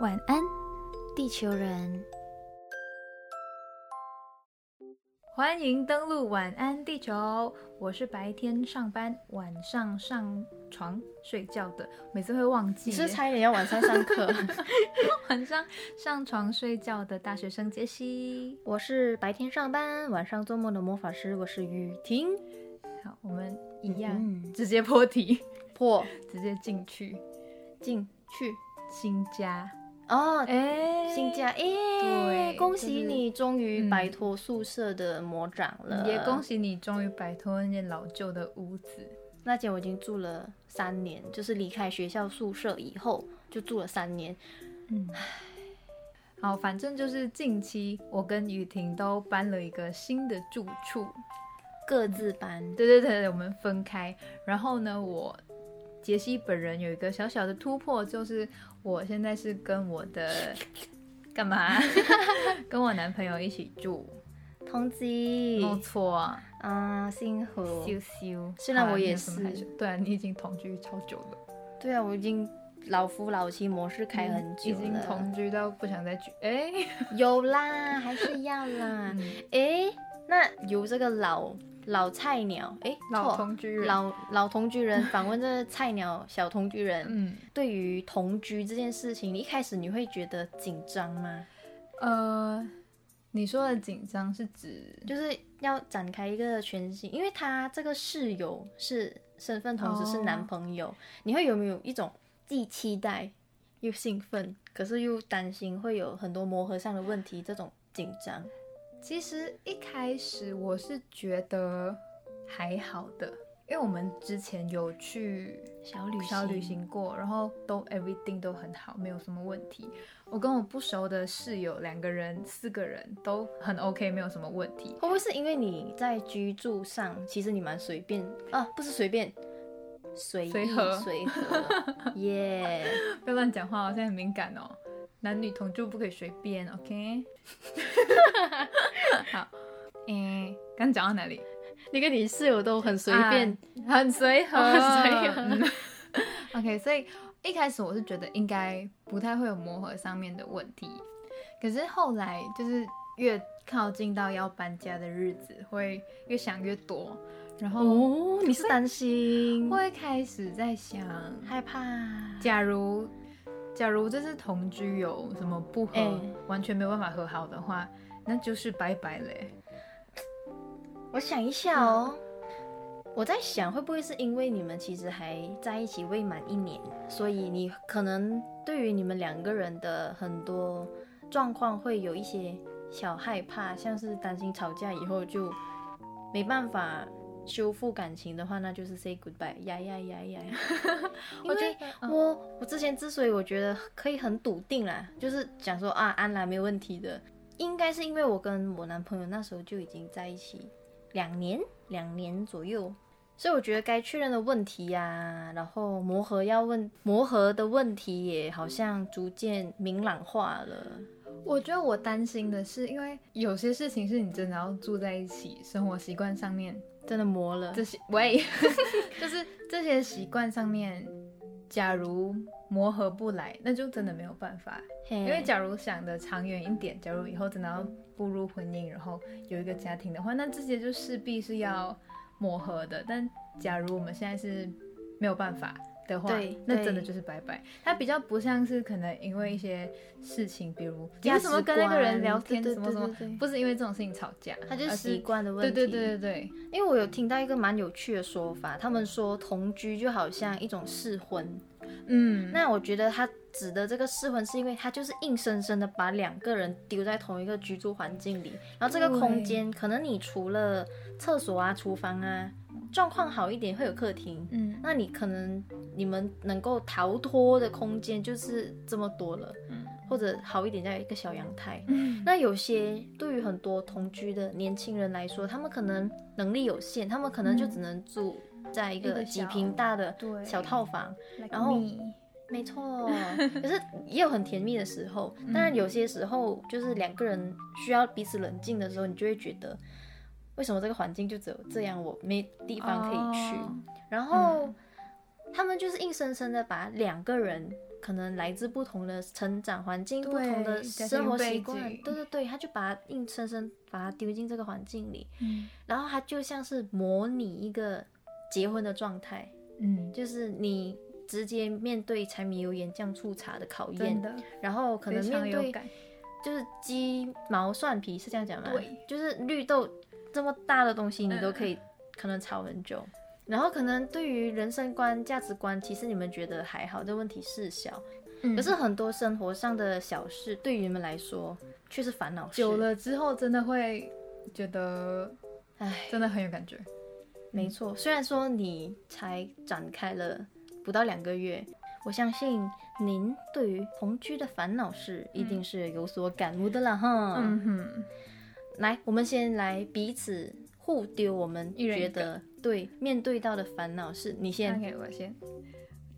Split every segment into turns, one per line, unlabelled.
晚安，地球人！欢迎登录晚安地球，我是白天上班，晚上上床睡觉的，每次会忘记
你
耶。
是差一点要晚上上课？
晚上上床睡觉的大学生杰西。
我是白天上班，晚上做梦的魔法师，我是雨婷。
好，我们一样、
嗯，
直接破题，
破
直接进去
进去
新家。
哦，
哎、
新家耶！
对
恭喜你终
就是
于
嗯
摆脱宿舍的魔掌了。
也恭！喜你终于摆脱那间老旧的屋子。
那间我已经住了三年，就是离开学校宿舍以后就住了三年。
嗯，好，反正就是近期我跟雨婷都搬了一个新的住处，
各自搬，
对对对对，我们分开。然后呢，我杰西本人有一个小小的突破，就是我现在是跟我 的干嘛？ 跟我男朋友一起住，
通缉
没错，
啊，幸福。
羞羞。
虽然
好啦
我
没
也
有什么
是
害羞，对啊，你已经同居超久了，
对啊，我已经老夫老妻模式开很久
嗯已
了。
经同居到不想再举，哎，
有啦，还是要啦。诶，那由这个老老菜鸟，诶，
老
错
同居人，
老老同 居人访问这个菜鸟小同居人，
嗯。
对于同居这件事情，你一开始你会觉得紧张吗？
呃，你说的紧张是指
就是要展开一个全新，因为他这个室友是身份同时是
哦
男朋友，你会有没有一种既期待又兴奋，可是又担心会有很多磨合上的问题这种紧张？
其实一开始我是觉得还好的，因为我们之前有去
小旅
小旅行过，然后都 everything 都很好，没有什么问题。我跟我不熟的室友两个人、四个人都很 OK，没有什么问题。
会不会是因为你在居住上，其实你蛮随便啊，不是随便，随意
随和
随 和耶
不要乱讲话哦，现在很敏感哦。男女同住不可以随便，OK？好，诶、刚讲到哪里？
你跟你室友都很随便，
啊很随和，
很随和
嗯 OK，所以一开始我是觉得应该不太会有磨合上面的问题，可是后来就是越靠近到要搬家的日子，会越想越多，然后
哦，你是担心
会开始在想，
害怕，
假如假如这次同居有什么不合，
哎
完全没有办法和好的话，那就是拜拜嘞。
我想一下哦。我在想，会不会是因为你们其实还在一起未满一年，所以你可能对于你们两个人的很多状况会有一些小害怕，像是担心吵架以后就没办法修复感情的话，那就是 say goodbye，呀呀呀呀！ 因
我觉
为嗯
得
我我之前之所以我觉得可以很笃定啦，就是讲说啊，安啦没问题的，应该是因为我跟我男朋友那时候就已经在一起两年，两年左右。所以我觉得该确认的问题呀、然后磨合要问磨合的问题也好像逐渐明朗化了。
我觉得我担心的是，因为有些事情是你真的要住在一起，生活习惯上面
真的磨了，
这些，喂， 就是这些习惯上面，假如磨合不来，那就真的没有办法。
因
因为假如想的长远一点，假如以后真的要步入婚姻，然后有一个家庭的话，那这些就势必是要磨合的。但假如我们现在是没有办法的话
对，
那真的
对
就是拜拜。它比较不像是可能因为一些事情，比如你
价
为
值
什么跟那个人聊天，
观
什么什
对对对
么
对，
不是因为这种事情吵架，
他就是
而
习惯的问
呃对
题。
对对对对，
因为我有听到一个蛮有趣的说法，他们说同居就好像一种试婚，
嗯，
那我觉得他指的这个试婚，是因为他就是硬生生的把两个人丢在同一个居住环境里，然后这个空间可能你除了厕所啊、厨房啊，状况好一点会有客厅，
嗯，
那你可能你们能够逃脱的空间就是这么多了，
嗯
或者好一点叫一个小阳台。 那有些对于很多同居的年轻人来说，他们可能能力有限，他们可能就
嗯
只能住在一
一
个
个
几
小
平大的
对
小套房。
like
然后
me
没错，可是也有很甜蜜的时候。
嗯
当然，有些时候就是两个人需要彼此冷静的时候，你就会觉得，为什么这个环境就只有这样，我没地方可以去。
哦
然后、他们就是硬生生的把两个人可能来自不同的成长环境、
对
不同的
家庭
生活
背
习惯，
景
对对对，他就把它硬生生把它丢进这个环境里，
嗯
然后他就像是模拟一个结婚的状态，
嗯，
就是你直接面对柴米油盐酱醋茶的考
真
验，
的
然后可能
非常
面
有
对
感，
就是鸡毛蒜皮是这样讲吗？
对，嗯
就是绿豆这么大的东西，你都可以可能炒很久。然后可能对于人生观、价值观，其实你们觉得还好，这问题事小。
嗯
可是很多生活上的小事，对于你们来说却是烦恼事。
久，了之后真的会觉得
唉，
真的很有感觉，
没错。虽然说你才展开了不到两个月，我相信您对于同居的烦恼事一定是有所感悟的了哈。
嗯哼，
来，我们先来彼此互丢，我们
一人一
觉
个
得对面对到的烦恼是，你
那
先
给我先。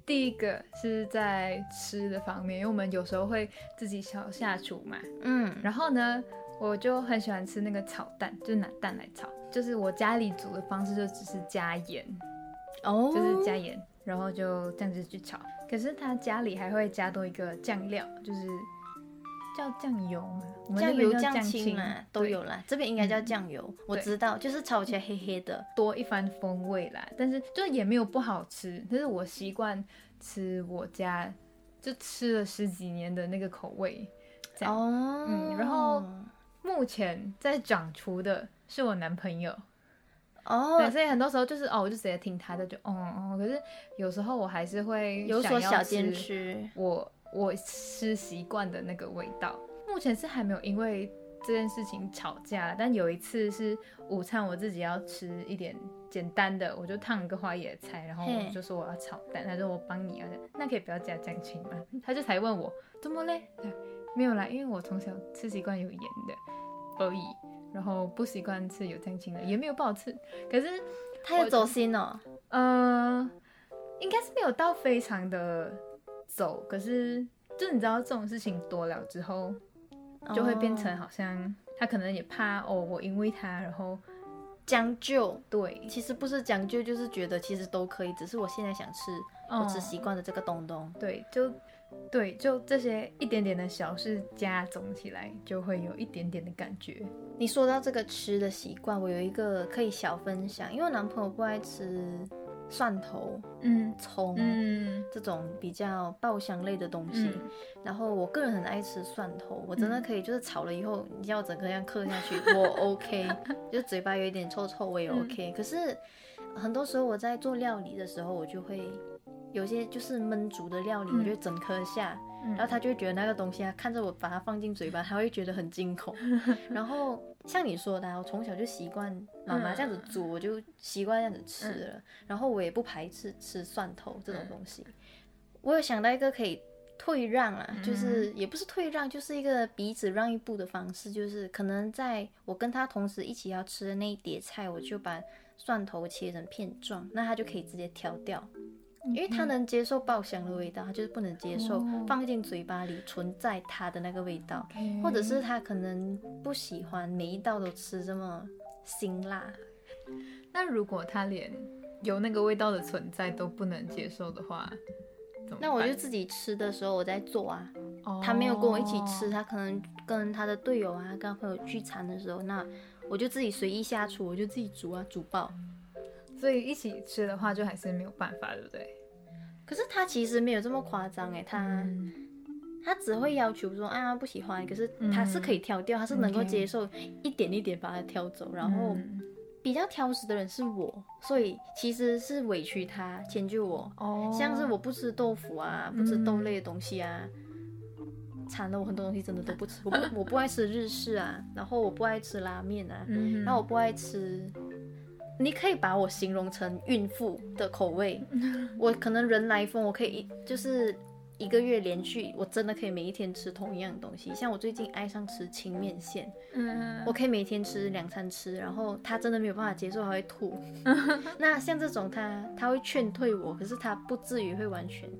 第一个是在吃的方面，因为我们有时候会自己小下厨嘛，
嗯，
然后呢，我就很喜欢吃那个炒蛋，就是拿蛋来炒。就是我家里煮的方式，就只是加盐，
哦，
就是加盐，然后就这样子去炒。可是他家里还会加多一个酱料，就是叫酱油嘛，我们那
酱
边
油、
叫
酱
酱
青啊
嘛，
都有啦，这边应该叫酱油，我
对
知道，就是炒起来黑黑的，
多一番风味啦。但是就也没有不好吃，但是我习惯吃我家就吃了十几年的那个口味。这样
哦，
嗯然后目前在掌厨的是我男朋友。对，
哦，
所以很多时候就是哦，我就直接听他的，就哦哦。可是有时候我还是会
有所
想要
小坚
吃
持，
我我吃习惯的那个味道。目前是还没有因为这件事情吵架，但有一次是午餐我自己要吃一点简单的，我就烫一个花野菜，然后
嘿
我就说我要炒蛋，他说我帮你啊，那可以不要加酱青吗？ 他就才问我怎么嘞？对没有啦，因为我从小吃习惯有盐的而已，然后不习惯吃有酱青的，也没有不好吃，可是
他有走心哦，
呃，应该是没有到非常的走，可是就你知道这种事情多了之后，就会变成
哦
好像他可能也怕哦，我因为他，然后
将就。
对，
其实不是将就，就是觉得其实都可以，只是我现在想吃，我只
嗯
习惯了这个东东。
对，就对，就这些一点点的小事加总起来，就会有一点点的感觉。
你说到这个吃的习惯，我有一个可以小分享，因为我男朋友不爱吃蒜头、
嗯
葱、
嗯
这种比较爆香类的东西，
嗯，
然后我个人很爱吃蒜头，我真的可以就是炒了以后，你叫我整个这样嗑下 去，我 OK，就嘴巴有一点臭臭，我也
嗯
OK、可是很多时候我在做料理的时候，我就会有些就是焖煮的料理，我就会整颗下，
嗯
然后他就会觉得那个东西啊，看着我把它放进嘴巴，他会觉得很惊恐。然后像你说的、啊，我从小就习惯妈妈这样子煮，我就习惯这样子吃了。然后我也不排斥吃蒜头这种东西。我有想到一个可以退让啊，就是也不是退让，就是一个彼此让一步的方式，就是可能在我跟他同时一起要吃的那一碟菜，我就把蒜头切成片状，那他就可以直接挑掉。
嗯
因为他能接受爆香的味道，他就是不能接受
哦嗯
放进嘴巴里存在它的那个味道，
OK
或者是他可能不喜欢每一道都吃这么辛辣。
那如果他连有那个味道的存在都不能接受的话，怎么
那我就
办
自己吃的时候我在做啊，
哦
他没有跟我一起吃，他可能跟他的队友啊、跟他朋友聚餐的时候，那我就自己随意下厨，我就自己煮啊，煮爆。
所以一起吃的话，就还是没有办法，对不对？
可是他其实没有这么夸张诶，他、
嗯，
他只会要求说啊不喜欢，可是他是可以挑掉，他是能够
嗯 OK 嗯
接受一点一点把它挑走，然后比较挑食的人是我，所以其实是委屈他迁就我，
哦，
像是我不吃豆腐啊，不吃豆类的东西啊。惨了，我很多东西真的都不吃，我不我不爱吃日式啊，然后我不爱吃拉面啊，
嗯，
然后我不爱吃。你可以把我形容成孕妇的口味，
嗯
我可能人来疯，我可以一就是一个月连续，我真的可以每一天吃同样的东西。像我最近爱上吃清面线，
嗯，
我可以每天吃两餐吃，然后他真的没有办法接受，他会吐。那像这种他他会劝退我，可是他不至于会完全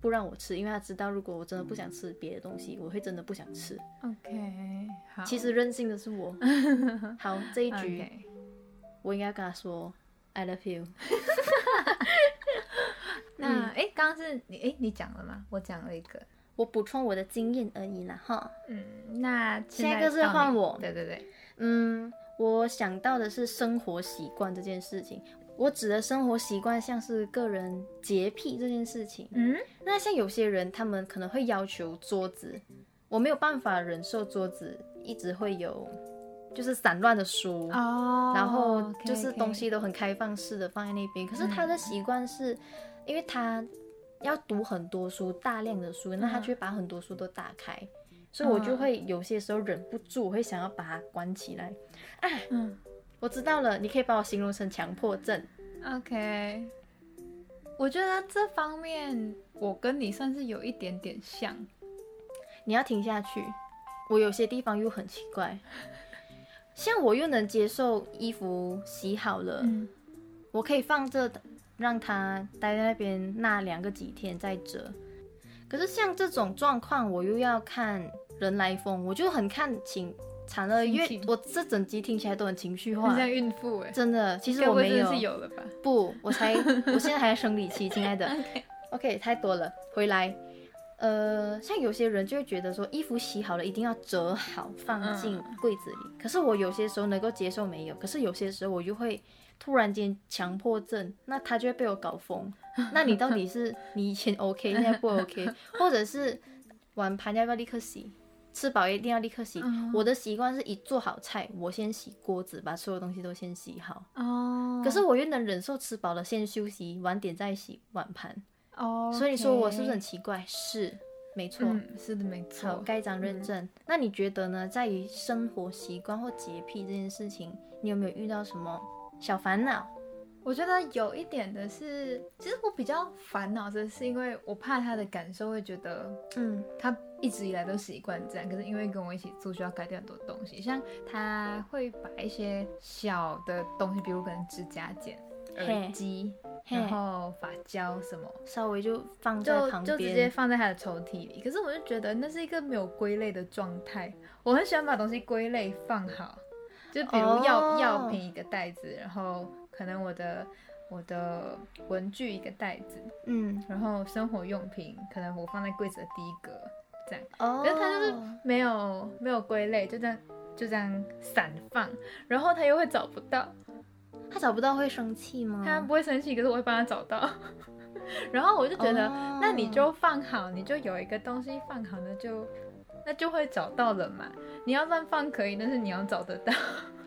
不让我吃，因为他知道如果我真的不想吃别的东西，我会真的不想吃。
嗯 OK，好，
其实任性的是我。好，这一局
嗯
嗯
OK
我应该跟他说 I love you。
那哎，诶刚、刚刚是你哎，你讲了吗？我讲了一个，
我补充我的经验而已啦哈。
嗯，那现
下
在
一个是
到你
换我
对对对，
嗯，我想到的是生活习惯这件事情。我指的生活习惯像是个人洁癖这件事情。
嗯，
那像有些人，他们可能会要求桌子，我没有办法忍受桌子一直会有就是散乱的书
哦
然后
OK，
就是
OK
东西都很开放式的放在那边。可是
嗯
他的习惯是，因为他要读很多书，大量的书，那他就会把很多书都打开，所以我就
嗯
会有些时候忍不住，我会想要把它关起来。
嗯
我知道了，你可以把我形容成强迫症。
，OK。我觉得这方面我跟你算是有一点点像，
你要听下去。我有些地方又很奇怪，像我又能接受衣服洗好了，
嗯
我可以放着让它待在那边纳凉个几天再折。可是像这种状况，我又要看人来疯，我就很看情惨了，
心
因为
情
我这整集听起来都很情绪化
很，像孕妇哎、
真的。其实
该
我
不会
没
真的
有，
是有了吧？
不，我才，我现在还在生理期，亲爱的。OK，太多了，回来。呃，像有些人就会觉得说，衣服洗好了一定要折好放进柜子里。可是我有些时候能够接受没有，可是有些时候我就会突然间强迫症，那他就会被我搞疯。那你到底是你以前 OK，现在不 OK，或者是碗盘要不要立刻洗？吃饱一定要立刻洗。
嗯
我的习惯是一做好菜，我先洗锅子，把所有东西都先洗好。
哦，
可是我又能忍受吃饱了先休息，晚点再洗碗盘。
哦
所以你说我是不是很奇怪？是，没错。
嗯，是的，没
好，
错。
盖章认证。那你觉得呢？在于生活习惯或洁癖这件事情，你有没有遇到什么小烦恼？
我觉得有一点的是，其实我比较烦恼的是，因为我怕他的感受会觉得
嗯
他一直以来都习惯这样，可是因为跟我一起住，就要改掉很多东西，像他会把一些小的东西，比如可能指甲剪、
嘿
耳机，
嘿
然后发胶什么，
稍微就放在
就
旁
就直接
边。
放在他的抽屉里。可是我就觉得那是一个没有归类的状态，我很喜欢把东西归类放好，就比如药
哦
药品一个袋子，然后可能我的我的文具一个袋子，
嗯，
然后生活用品可能我放在柜子的第一格这样，
哦
可是他就是没有没有归类，就这样。就这样散放，然后他又会找不到，
他找不到会生气吗？
他不会生气，可是我会帮他找到。 然后我就觉得，
哦
那你就放好，你就有一个东西放好，那就那就会找到了嘛。你要乱放可以，但是你要找得到。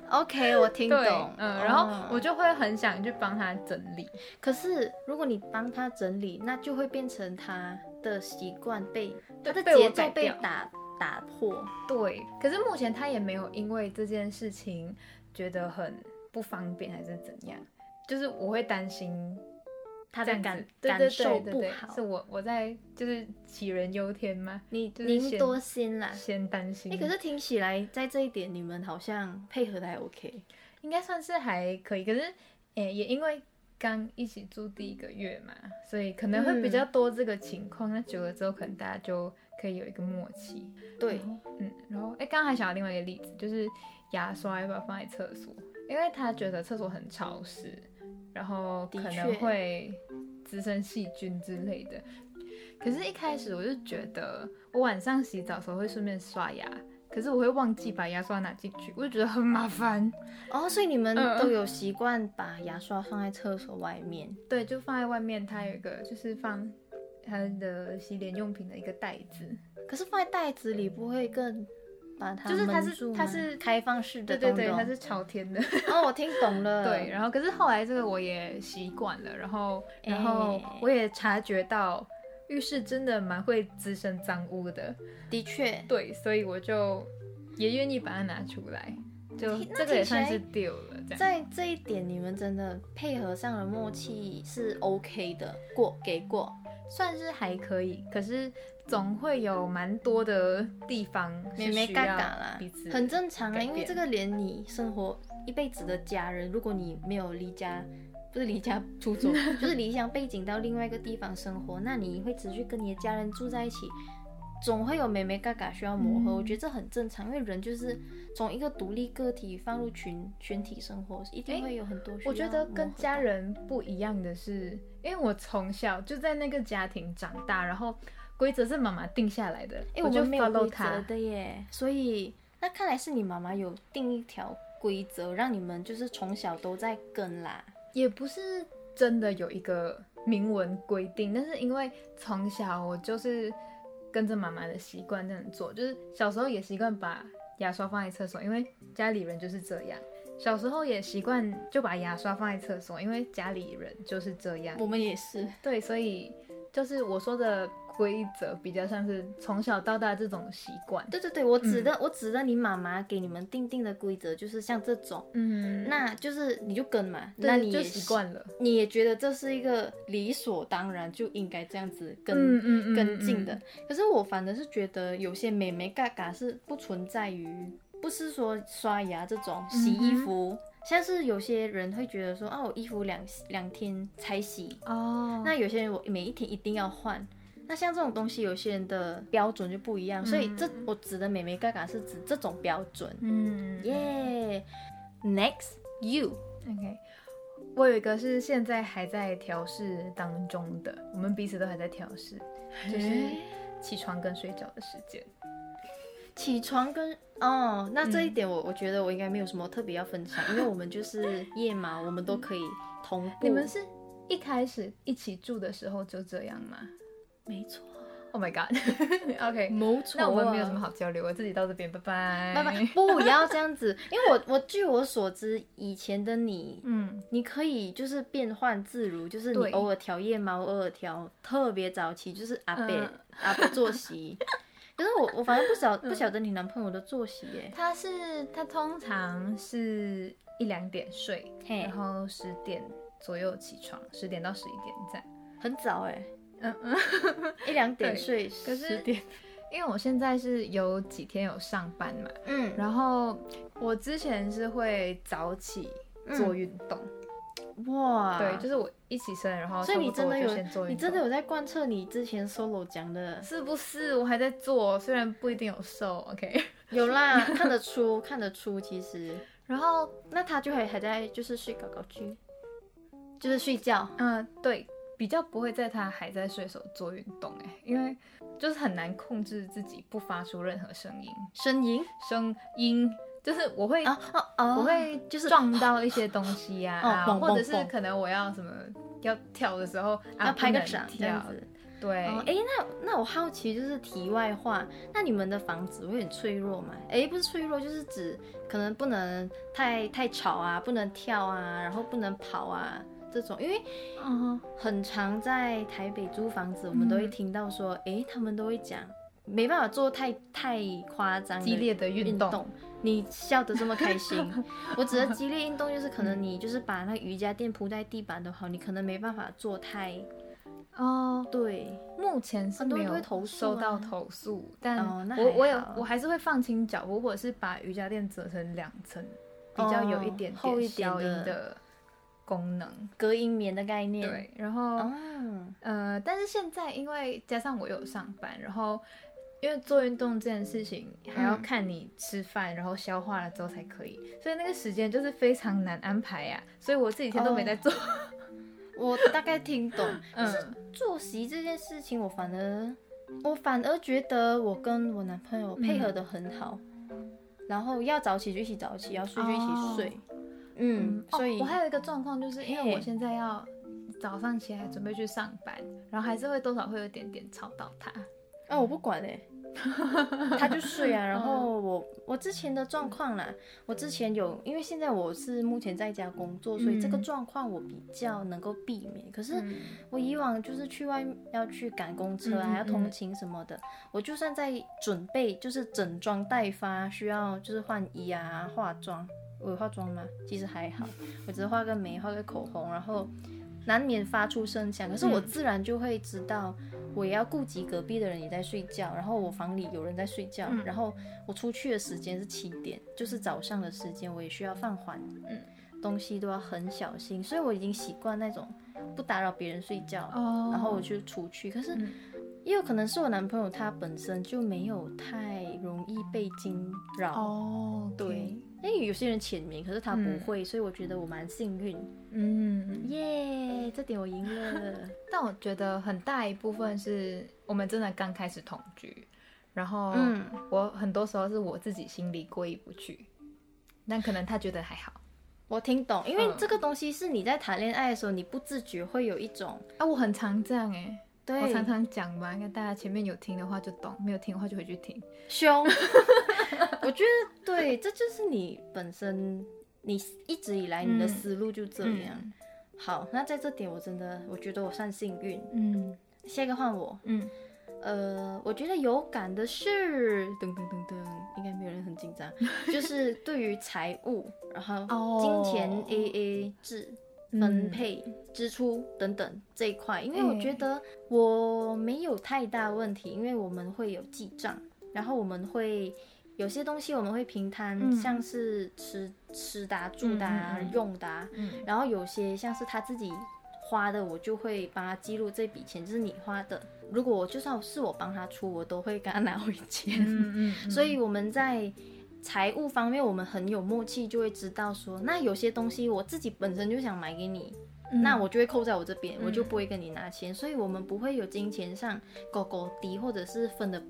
OK，我听
对
懂。，哦
嗯，然后我
就。
就会很想去帮他整理。
可是如果你帮他整理，那就会变成他的习惯被他
对
的
被我
节奏
改
被
掉
打打破。
对，可是目前他也没有因为这件事情觉得很不方便还是怎样，就是我会担心
他
这
的
样子
感
对
感
对
受
对对
不
对，
好
是。我我在就是杞人忧天吗？
你
就是
您
先
多心啦。
先担心。
哎，可是听起来在这一点你们好像配合的还 OK。
应该算是还可以，可是，诶、也因为刚一起住第一个月嘛，所以可能会比较多这个情况。那、久了之后，可能大家就可以有一个默契。
对，
嗯，然后，诶、刚刚还想到另外一个例子，就是牙刷要不要放在厕所？因为他觉得厕所很潮湿，然后可
的确
能会滋生细菌之类的。可是，一开始我就觉得，我晚上洗澡的时候会顺便刷牙，可是我会忘记把牙刷拿进去，我就觉得很麻烦。
哦，所以你们
嗯
都有习惯把牙刷放在厕所外面。
对，就放在外面，它有一个就是放它的洗脸用品的一个袋子。
可是放在袋子里不会更把它
啊就是它
闷
是
住
它
吗
是
开放式的
对对对，
东
它
东
是朝天的。
哦，我听懂了。
对，，然后可是后来这个我也习惯了，然后然后
哎
我也察觉到浴室真的蛮会滋生脏污的，
的确，
对，所以我就也愿意把它拿出来，就
听那
这个也
听起来
算是丢了这样。
在这一点，你们真的配合上的默契是 OK 的，过给过。
算是还可以，可是总会有蛮多的地方
妹
是
妹
需要
嘎嘎啦
彼此，
很正常啊，
改
因为
变
这个连你生活一辈子的家人，如果你没有离家，不是离家出 走，就是离乡背井到另外一个地方生活，那你会持续跟你的家人住在一起，总会有美眉嘎嘎需要磨合，
嗯
我觉得这很正常，因为人就是从一个独立个体放入群群体生活，一定
诶
会有很多需要
我觉得
磨
跟
合
家
到
人不一样的是，因为我从小就在那个家庭长大，然后规则是妈妈定下来的，
哎、我
我就
们没有
follow
规则
她。
的耶，所以那看来是你妈妈有定一条规则，让你们就是从小都在跟啦。
也不是真的有一个明文规定，但是因为从小我就是跟着妈妈的习惯这样做，就是小时候也习惯把牙刷放在厕所，因为家里人就是这样。小时候也习惯就把牙刷放在厕所，因为家里人就是这样。
我们也是，
对，所以就是我说的规则比较像是从小到大这种习惯。
对对对，我指的、
嗯
我指的你妈妈给你们定定的规则就是像这种，
嗯，
那就是你就跟嘛，
对
那你
就
也
习，惯了，
你也觉得这是一个理所当然就应该这样子跟。
嗯嗯嗯
跟进
嗯
的。可是我反而是觉得有些美眉嘎嘎是不存在于，不是说刷牙这种洗衣
嗯
服，像是有些人会觉得说啊，我衣服两两天才洗，
哦，
那有些人我每一天一定要换。那像这种东西，有些人的标准就不一样，所以这我指的美眉嘎嘎是指这种标准。
嗯
耶、n e x t you，
OK，我有一个是现在还在调试当中的，我们彼此都还在调试，就是
诶
起床跟睡觉的时间。
起床跟哦，那
嗯
这一点我、我觉得我应该没有什么特别要分享，因为我 们就是夜猫，我们都可以同步。
你们是一开始一起住的时候就这样吗
没错，
？Oh my god！OK，、
没嗯错
那我们没有什么。好交流，我自己到这边，拜拜，
拜拜，不要这样子，因为我我据我所知，以前的你，
嗯，
你可以就是变换自如，就是你
对
偶尔调夜猫，偶尔调特别早起，就是阿贝、
嗯
阿贝作息。 可是我我反正不晓不晓得你男朋友的作息耶，
他是他通常是一两点睡，
嘿
然后十点左右起床，十点到十一点这样。
很早哎，
嗯嗯，
一两点
对
睡，
可是
十点，
因为我现在是有几天有上班嘛，
嗯，
然后我之前是会早起做运动，
哇，
对，就是我一起身，然后
嗯所以你
差
真
不多
的
我就先
有，
做
你
运动
真的有在贯彻你之前 solo 讲的，
是不是？我还在做，虽然不一定有瘦，OK。
有啦，看得出，看得出，其实，
然后，
那他就还还在就是睡搞搞区，就是睡觉，
嗯、对，比较不会在他还在睡的时候做运动、哎，因为就是很难控制自己不发出任何声音，
呻吟
声音就是我会。
啊哦哦，
我会
就是
撞到一些东西呀、
哦
啊，
蹦蹦
或者是
蹦
可能我要什么要跳的时候啊，
要拍个
不能
掌这
跳
样，子。
对，
哦，哎，那那我好奇就是题外话，那你们的房子会很脆弱吗？哎，不是脆弱，就是指可能不能太太吵啊，不能跳啊，然后不能跑啊这种，因为
嗯
很常在台北租房子，我们都会听到说，诶，他们都会讲，没办法做太太夸张的
激烈的
运
运动
你笑得这么开 心，我指的激烈运动就是可
嗯
能你就是把那瑜伽垫铺在地板都好，你可能没办法做太
哦，
对，
目前是
很多
没
人
有
都会投诉啊
收到投诉，但
哦那
我
还
我有
好
我还是会放轻脚步，或者是把瑜伽垫折成两层，比较有一点
哦厚一
点
点
消
的
音的功能。
隔音棉的概念。，
对，然后、
哦，
呃，但是现在因为加上我有上班，然后。因为做运动这件事情，还要
嗯
看你吃饭，然后消化了之后才可以，所以那个时间就是非常难安排呀、所以我这几天都
哦
没在做。
我大概听懂。
嗯，
作息这件事情，我反而我反而觉得我跟我男朋友配合的很好，
嗯
然后要早起就一起早起，要睡就一起睡。嗯，
哦
所以、
我还有一个状况，就是因
嘿
为我现在要早上起来准备去上班，然后还是会多少会有点点吵到他。
啊，我不管哎、 他就睡啊。然
嗯
后我我之前的状况啦，我之前有，因为现在我是目前在家工作，所以这个
嗯
状况我比较能够避免。可是我以往就是去外面要去赶公车啊，
嗯嗯
要通勤什么的，我就算在准备就是整装待发，需要就是换衣啊、化妆。我有化妆吗？其实还好，我只是画个眉、画个口红，然后难免发出声响。可是我
嗯
自然就会知道，我也要顾及隔壁的人也在睡觉，然后我房里有人在睡觉，
嗯
然后我出去的时间是七点，就是早上的时间，我也需要放缓，
嗯，
东西都要很小心，所以我已经习惯那种不打扰别人睡觉，
哦
然后我就出去。可是
嗯
也有可能是我男朋友他本身就没有太容易被惊扰。
哦，
对，，因为有些人浅眠，可是他不
嗯
会，所以我觉得我蛮幸运。
嗯，
耶、这点我赢了。
但我觉得很大一部分是我们真的刚开始同居，然后
嗯
我很多时候是我自己心里过意不去，但可能他觉得还好。
我听懂，因为
嗯
这个东西是你在谈恋爱的时候，你不自觉会有一种
啊，我很常这样哎、
对
我常常讲嘛，跟大家前面有听的话就懂，没有听的话就回去听。
凶。 我觉得对，这就是你本身，你一直以来你的
嗯
思路就这样。好，那在这点我真的，我觉得我算幸运。
嗯
下一个换我，
嗯，
呃，我觉得有感的是，噔噔噔噔，应该没有人很紧张，就是对于财务，然后
哦
金钱 A A 制、
嗯
分配、支出等等这一块，因为我
哎
觉得我没有太大问题，因为我们会有记账，然后我们会。有些东西我们会平摊，
嗯
像是吃吃的啊、住的啊、
嗯嗯嗯
用的啊，
嗯
然后有些像是他自己花的，我就会帮他记录这笔钱，这是你花的。如果我就算是我帮他出，我都会跟他拿回钱。
嗯嗯，
所以我们在财务方面，我们很有默契，就会知道说，那有些东西我自己本身就想买给你，
嗯
那我就会扣在我这边，
嗯
我就不会跟你拿钱，所以我们不会有金钱上狗狗低，或者是分的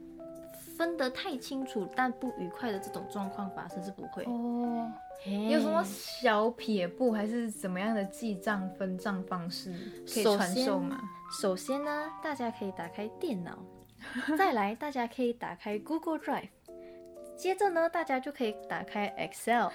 分得太清楚，但不愉快的这种状况发生是不会。
哦，
你
有什么小撇步还是怎么样的记账分账方式可以
首
传
先
授吗？
首先呢，大家可以打开电脑， 再来大家可以打开 Google Drive，接着呢，大家就可以打开 Excel，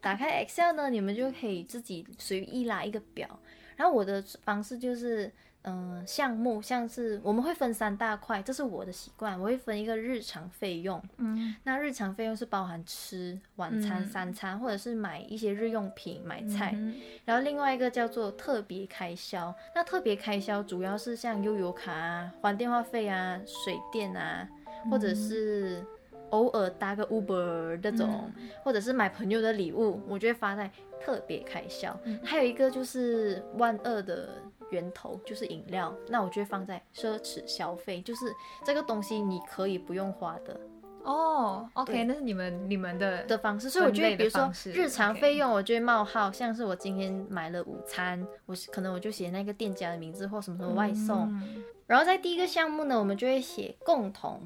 打开 Excel 呢，你们就可以自己随意拉一个表。然后我的方式就是，嗯、项目像是我们会分三大块，这是我的习惯，我会分一个日常费用，
嗯
那日常费用是包含吃晚餐、
嗯
三餐，或者是买一些日用品、买菜。
嗯
然后另外一个叫做特别开销，那特别开销主要是像悠游卡啊、还电话费啊、水电啊，或者是偶尔搭个 Uber 这种，或者是买朋友的礼物，我就会发在特别开销。还有一个就是万恶的源头就是饮料，那我就会放在奢侈消费，就是这个东西你可以不用花的，
哦
对
，OK，那是你们你们的
的方式，所以我觉得，
分类的
比如说
方式
日常
OK
费用，我就会冒号，像是我今天买了午餐，我是可能我就写那个店家的名字或什么什么外送。
嗯
然后在第一个项目呢，我们就会写共同，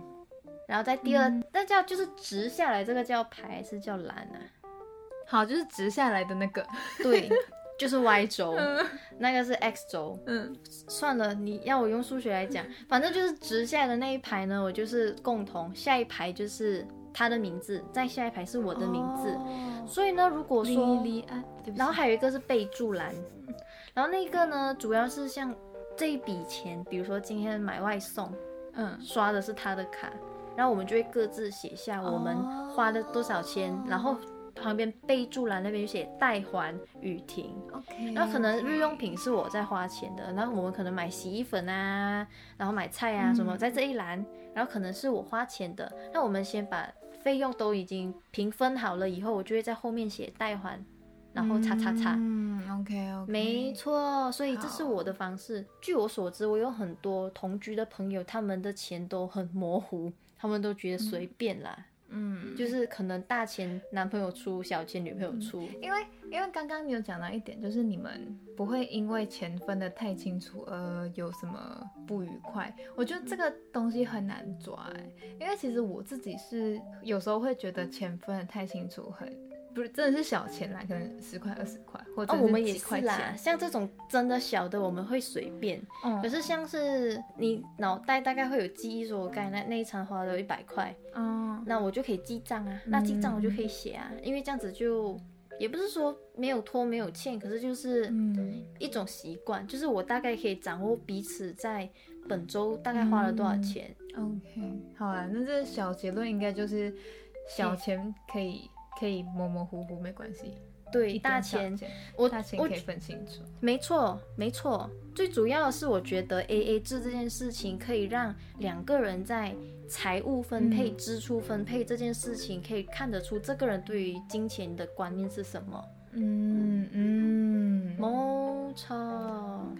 然后在第二，
嗯
那叫就是直下来，这个叫排还是叫栏啊？
好，就是直下来的那个，
对，就 是 Y 轴，那个是 X 轴。
嗯
算了，你要我用数学来讲，反正就是直下来的那一排呢，我就是共同，下一排就是他的名字，再下一排是我的名字。
哦字，
所以呢，如果说
莉莉安，对不起
然后还有一个是备注栏，然后那个呢，主要是像这一笔钱，比如说今天买外送，
嗯
刷的是他的卡，然后我们就会各自写下我们
哦
花了多少钱，然后旁边备注栏那边就写代还雨婷。
，OK，
然后可能日用品是我在花钱的，然后我们可能买洗衣粉啊，然后买菜啊什么，
嗯
在这一栏，然后可能是我花钱的，那我们先把费用都已经平分好了以后，我就会在后面写代还，然后叉叉叉。
嗯，OK OK，
没错，所以这是
好
我的方式。据我所知，我有很多同居的朋友，他们的钱都很模糊，他们都觉得随便啦，
嗯，
就是可能大钱男朋友出，小钱女朋友出。
因为因为刚刚你有讲到一点，就是你们不会因为钱分得太清楚而有什么不愉快。我觉得这个东西很难抓、欸，因为其实我自己是有时候会觉得钱分得太清楚很，不是真的是小钱啦，可能十块二十块，或者
哦，我们也
几
是
块
啦，
钱。
像这种真的小的，我们会随便。
嗯
可是像是你脑袋大概会有记忆，说我刚才那那一餐花了一百块，
嗯
那我就可以记账啊，那记账我就可以写啊，因为这样子就也不是说没有拖没有欠，可是就是
嗯
一种习惯，就是我大概可以掌握彼此在本周大概花了多少钱。
嗯，OK，好啦，那这小结论应该就是小钱可以可以模模糊糊没关系，
对，
一
大
点小
钱，
钱
我
大钱
我
可以分清楚。
没错没错，最主要的是我觉得 A A 制这件事情可以让两个人在财务分配、
嗯
支出分配这件事情可以看得出这个人对于金钱的观念是什么。
嗯嗯，
没错，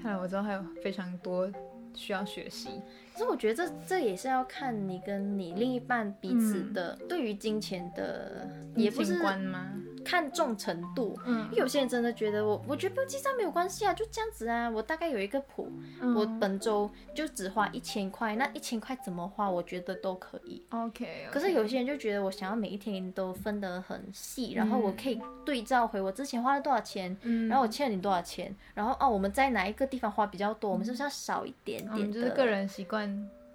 看来我知道还有非常多需要学习。
可是我觉得这这也是要看你跟你另一半彼此的、对于金钱的，也不
金嗯
是
钱观吗？
看重程度。
嗯
因为有些人真的觉得我，我觉得不用记账没有关系啊，就这样子啊。我大概有一个谱，我
嗯
本周就只花一千块，那一千块怎么花，我觉得都可以。
OK，
可是有些人就觉得我想要每一天都分得很细，然后我可以对照回我之前花了多少钱，
嗯
然后我欠你多少钱，然后哦我们在哪一个地方花比较多，我们是不是要少一点
我
点
们
的？
嗯哦就是个人习惯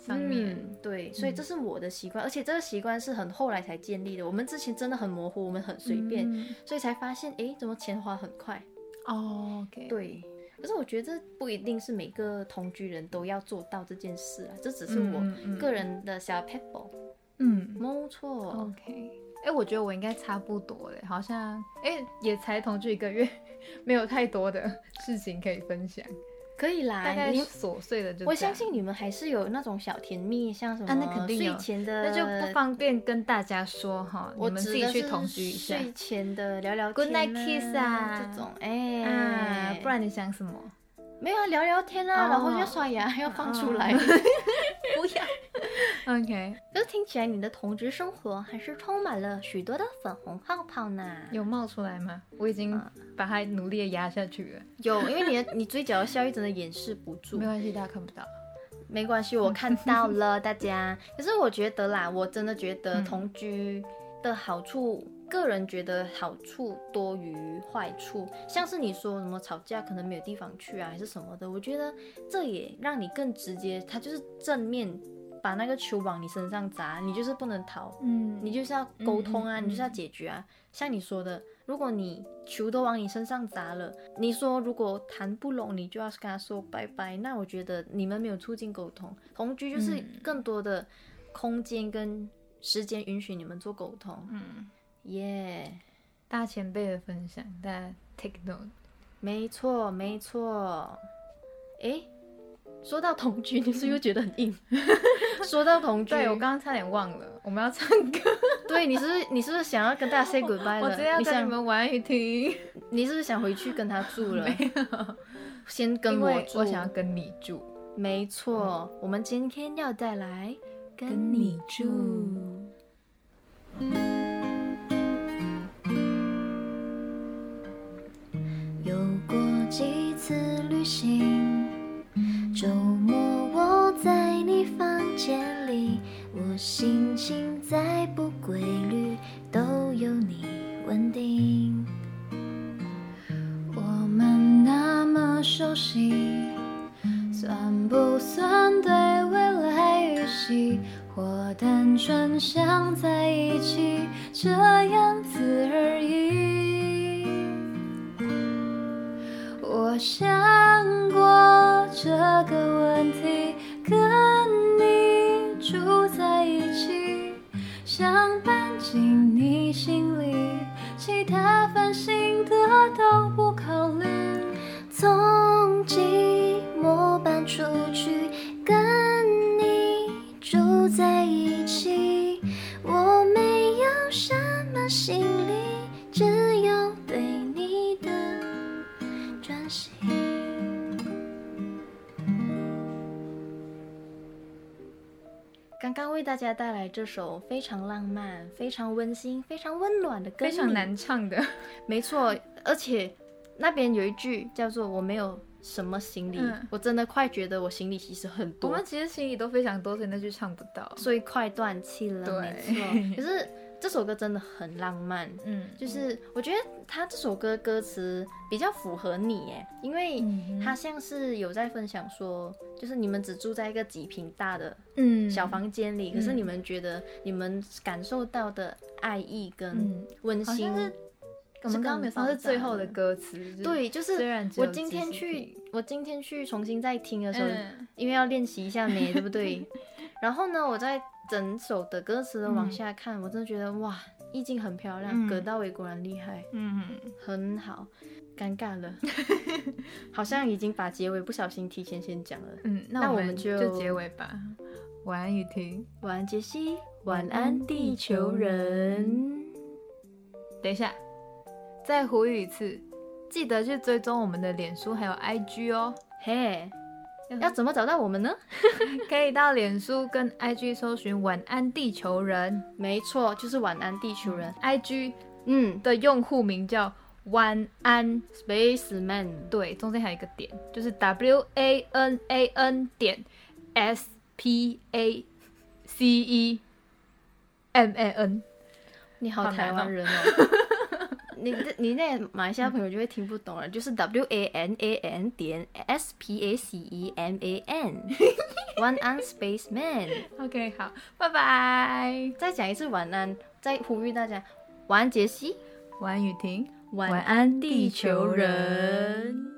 上面，
嗯，对，所以这是我的习惯，而且这个习惯是很后来才建立的。我们之前真的很模糊，我们很随便，
嗯
所以才发现，诶，怎么钱花很快？
哦，OK，
对，可是我觉得这不一定是每个同居人都要做到这件事啊，这只是
嗯
我
嗯
个人的小 pebble。
嗯
没错，
，OK。哎、我觉得我应该差不多嘞，好像哎、也才同居一个月， 没有太多的事情可以分享，
可以啦。
大概
你
琐碎的就
我
这样
相信你们还是有那种小甜蜜，像什么、
啊那肯定有
睡前的，
那就不方便跟大家说哈，
我
你们自己去同居一下
指的是睡前的聊聊
Good night
天啊
kiss 啊
这种哎、
啊，不然你想什么？
没有啊，聊聊天啊，
哦
然后要刷牙，要放出来，
哦
不要。
OK，
可是听起来你的同居生活还是充满了许多的粉红泡泡呢。
有冒出来吗？我已经把它努力的压下去了，
有，因为你的你嘴角的笑意真的掩饰不住
没。关系，大家看不到。
没关系，我看到了大家。可是我觉得啦，我真的觉得
嗯
同居的好处，个人觉得好处多于坏处。像是你说什么吵架可能没有地方去啊，还是什么的，我觉得这也让你更直接，它就是正面把那个球往你身上砸，你就是不能逃。
嗯
你就是要沟通啊，
嗯嗯
你就是要解决啊。像你说的，如果你球都往你身上砸了，你说如果谈不拢，你就要跟他说拜拜。那我觉得你们没有促进沟通，同居就是
嗯
更多的空间跟时间允许你们做沟通。
嗯，
耶、
大前辈的分享，大家 take note。
没错没错。诶，说到同居，你是不是又觉得很硬？ 说到同居，
对我刚刚差点忘 了，我们要唱歌，
对你是不是你是不是想要跟大家 say goodbye 了？
我直接要
你
跟
想
你们玩雨婷，
你是不是想回去跟他 住了？先跟
因
我
为
住。
我想要跟你住。
没错，我们今天要带来
跟你住
有过几次旅行，周末我在你房间里，我心情再不规律，都有你稳定。
我们那么熟悉，算不算对未来预习？或单纯想在一起，这样子而已。我想过这个问题，跟你住在一起，想搬进你心里，其他烦心的都不考虑。
从寂寞搬出去，跟你住在一起。我没有什么行李，只有对你的专心。刚刚为大家带来这首非常浪漫、非常温馨、非常温暖的歌，
非常难唱的，
没错，而且那边有一句叫做“我没有什么行李”，
嗯
我真的快觉得我行李其实很
我
多
们，其实心里都非常多，所以那句唱不到。
所以快断气了。
对
没错，可是这首歌真的很浪漫，
嗯，
就是我觉得他这首歌歌词比较符合你耶，因为
嗯哼
他像是有在分享说，就是你们只住在一个几平大的
嗯
小房间里，可是
嗯
你们觉得你们感受到的爱意跟
嗯
温
好
馨
像是我们刚刚没有唱是最后的歌词，就是
对，就是
虽然只
我
有
今
几
天
十
去
平，
我今天去重新再听的时候，
嗯
因为要练习一下美，对 不对？然后呢，我在整首的歌词的往
嗯
下看，我真的觉得哇，意境很漂亮，
嗯
葛大为果然厉害，
嗯，
很好。尴尬了， 好像已经把结尾不小心提前先讲了。
嗯，
那
那
我
我
们
们
就
就结尾吧。晚安，雨婷。
晚安，杰西，晚安，地球人。
等一下，再呼吁一次，记得去追踪我们的脸书还有 IG 哦。
嘿，要怎么找到我们呢？
可以到脸书跟 IG 搜寻“晚安地球人
没错，就是晚安地球人。
”，IG
嗯
的用户名叫“晚安
，Spaceman，”，
对，中间还有一个点，就是 W A N A N 点 S P A C E M A N。
你好
好难
台
哦
湾人哦。 你这你那马来西亚朋友就会听不懂了，就是 W A N A N 点 S P A C E M A N，晚安 Spaceman。
OK，好，拜拜。
再讲一次晚安，再呼吁大家晚安，杰西，
晚安，雨婷。
晚
晚安地球人。